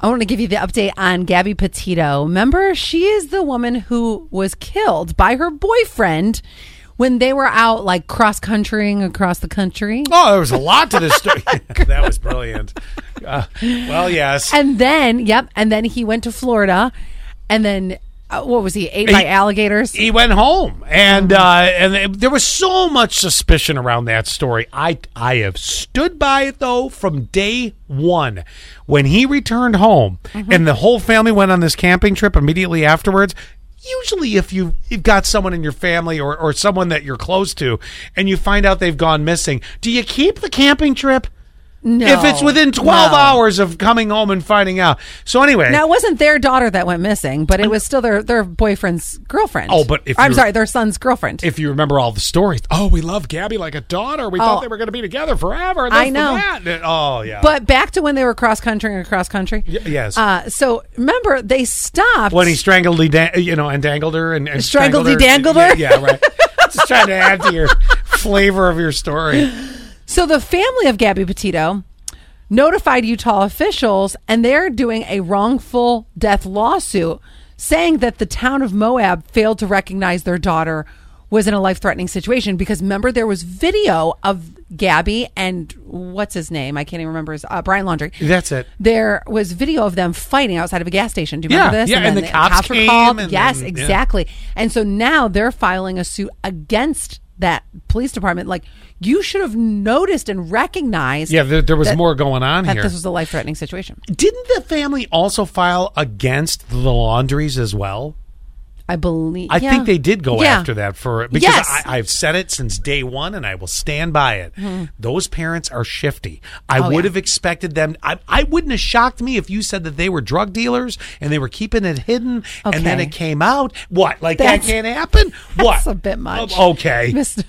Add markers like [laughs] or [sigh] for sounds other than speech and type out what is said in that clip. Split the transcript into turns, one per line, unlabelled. I want to give you the update on Gabby Petito. Remember, she is the woman who was killed by her boyfriend when they were out like cross countrying across the country.
Oh, there was a lot to this story. [laughs] that was brilliant. Uh, well, yes.
And then, yep, and then he went to Florida and then uh, what was he? Ate by
He-
alligators?
He went home, and uh, and it- there was so much suspicion around that story. I I have stood by it though from day one when he returned home, and the whole family went on this camping trip immediately afterwards. Usually, if you you've got someone in your family or, or someone that you're close to, and you find out they've gone missing, do you keep the camping trip?
no.
if it's within 12
No.
hours of coming home and finding out. So anyway,
Now it wasn't their daughter that went missing, but it was still their their boyfriend's girlfriend.
Oh, but if
I'm
you-
sorry, their son's girlfriend.
if you remember all the stories, oh, we love Gabby like a daughter. We
Oh.
thought they were going to be together forever. and
I
this and
know.
that. And- Oh, yeah.
but back to when they were cross countrying across country.
Y- yes.
Uh, so remember they stopped
when he strangled, he dan- you know, and dangled her and, and
Strangled, he dangled
strangled
her?
Yeah, yeah, right. [laughs] Just trying to add to your flavor of your story.
So the family of Gabby Petito notified Utah officials, and they're doing a wrongful death lawsuit saying that the town of Moab failed to recognize their daughter was in a life threatening situation because remember, there was video of Gabby and what's his name? I can't even remember his uh, Brian Laundry.
That's it.
There was video of them fighting outside of a gas station. Do you remember
Yeah,
this?
yeah, and
then
the cops
were
came
called.
and
yes,
then- yeah.
exactly. Exactly. And so now they're filing a suit against that police department. Like, you should have noticed and recognized.
Yeah, there, there was
that-
more going on
that
here.
this was a life threatening situation.
Didn't the family also file against the laundries as well?
I believe.
I
yeah.
think they did go
Yeah.
after that for because
Yes. [laughs]
I, I've said it since day one, and I will stand by it. Those parents are shifty. I would
Hmm. Oh, yeah.
have expected them. I, I wouldn't have shocked me if you said that they were drug dealers and they were keeping it hidden, and then
Okay.
it came out. What? Like
That's- [laughs]
that can't happen? What?
That's a bit much.
O- Okay.
Mr.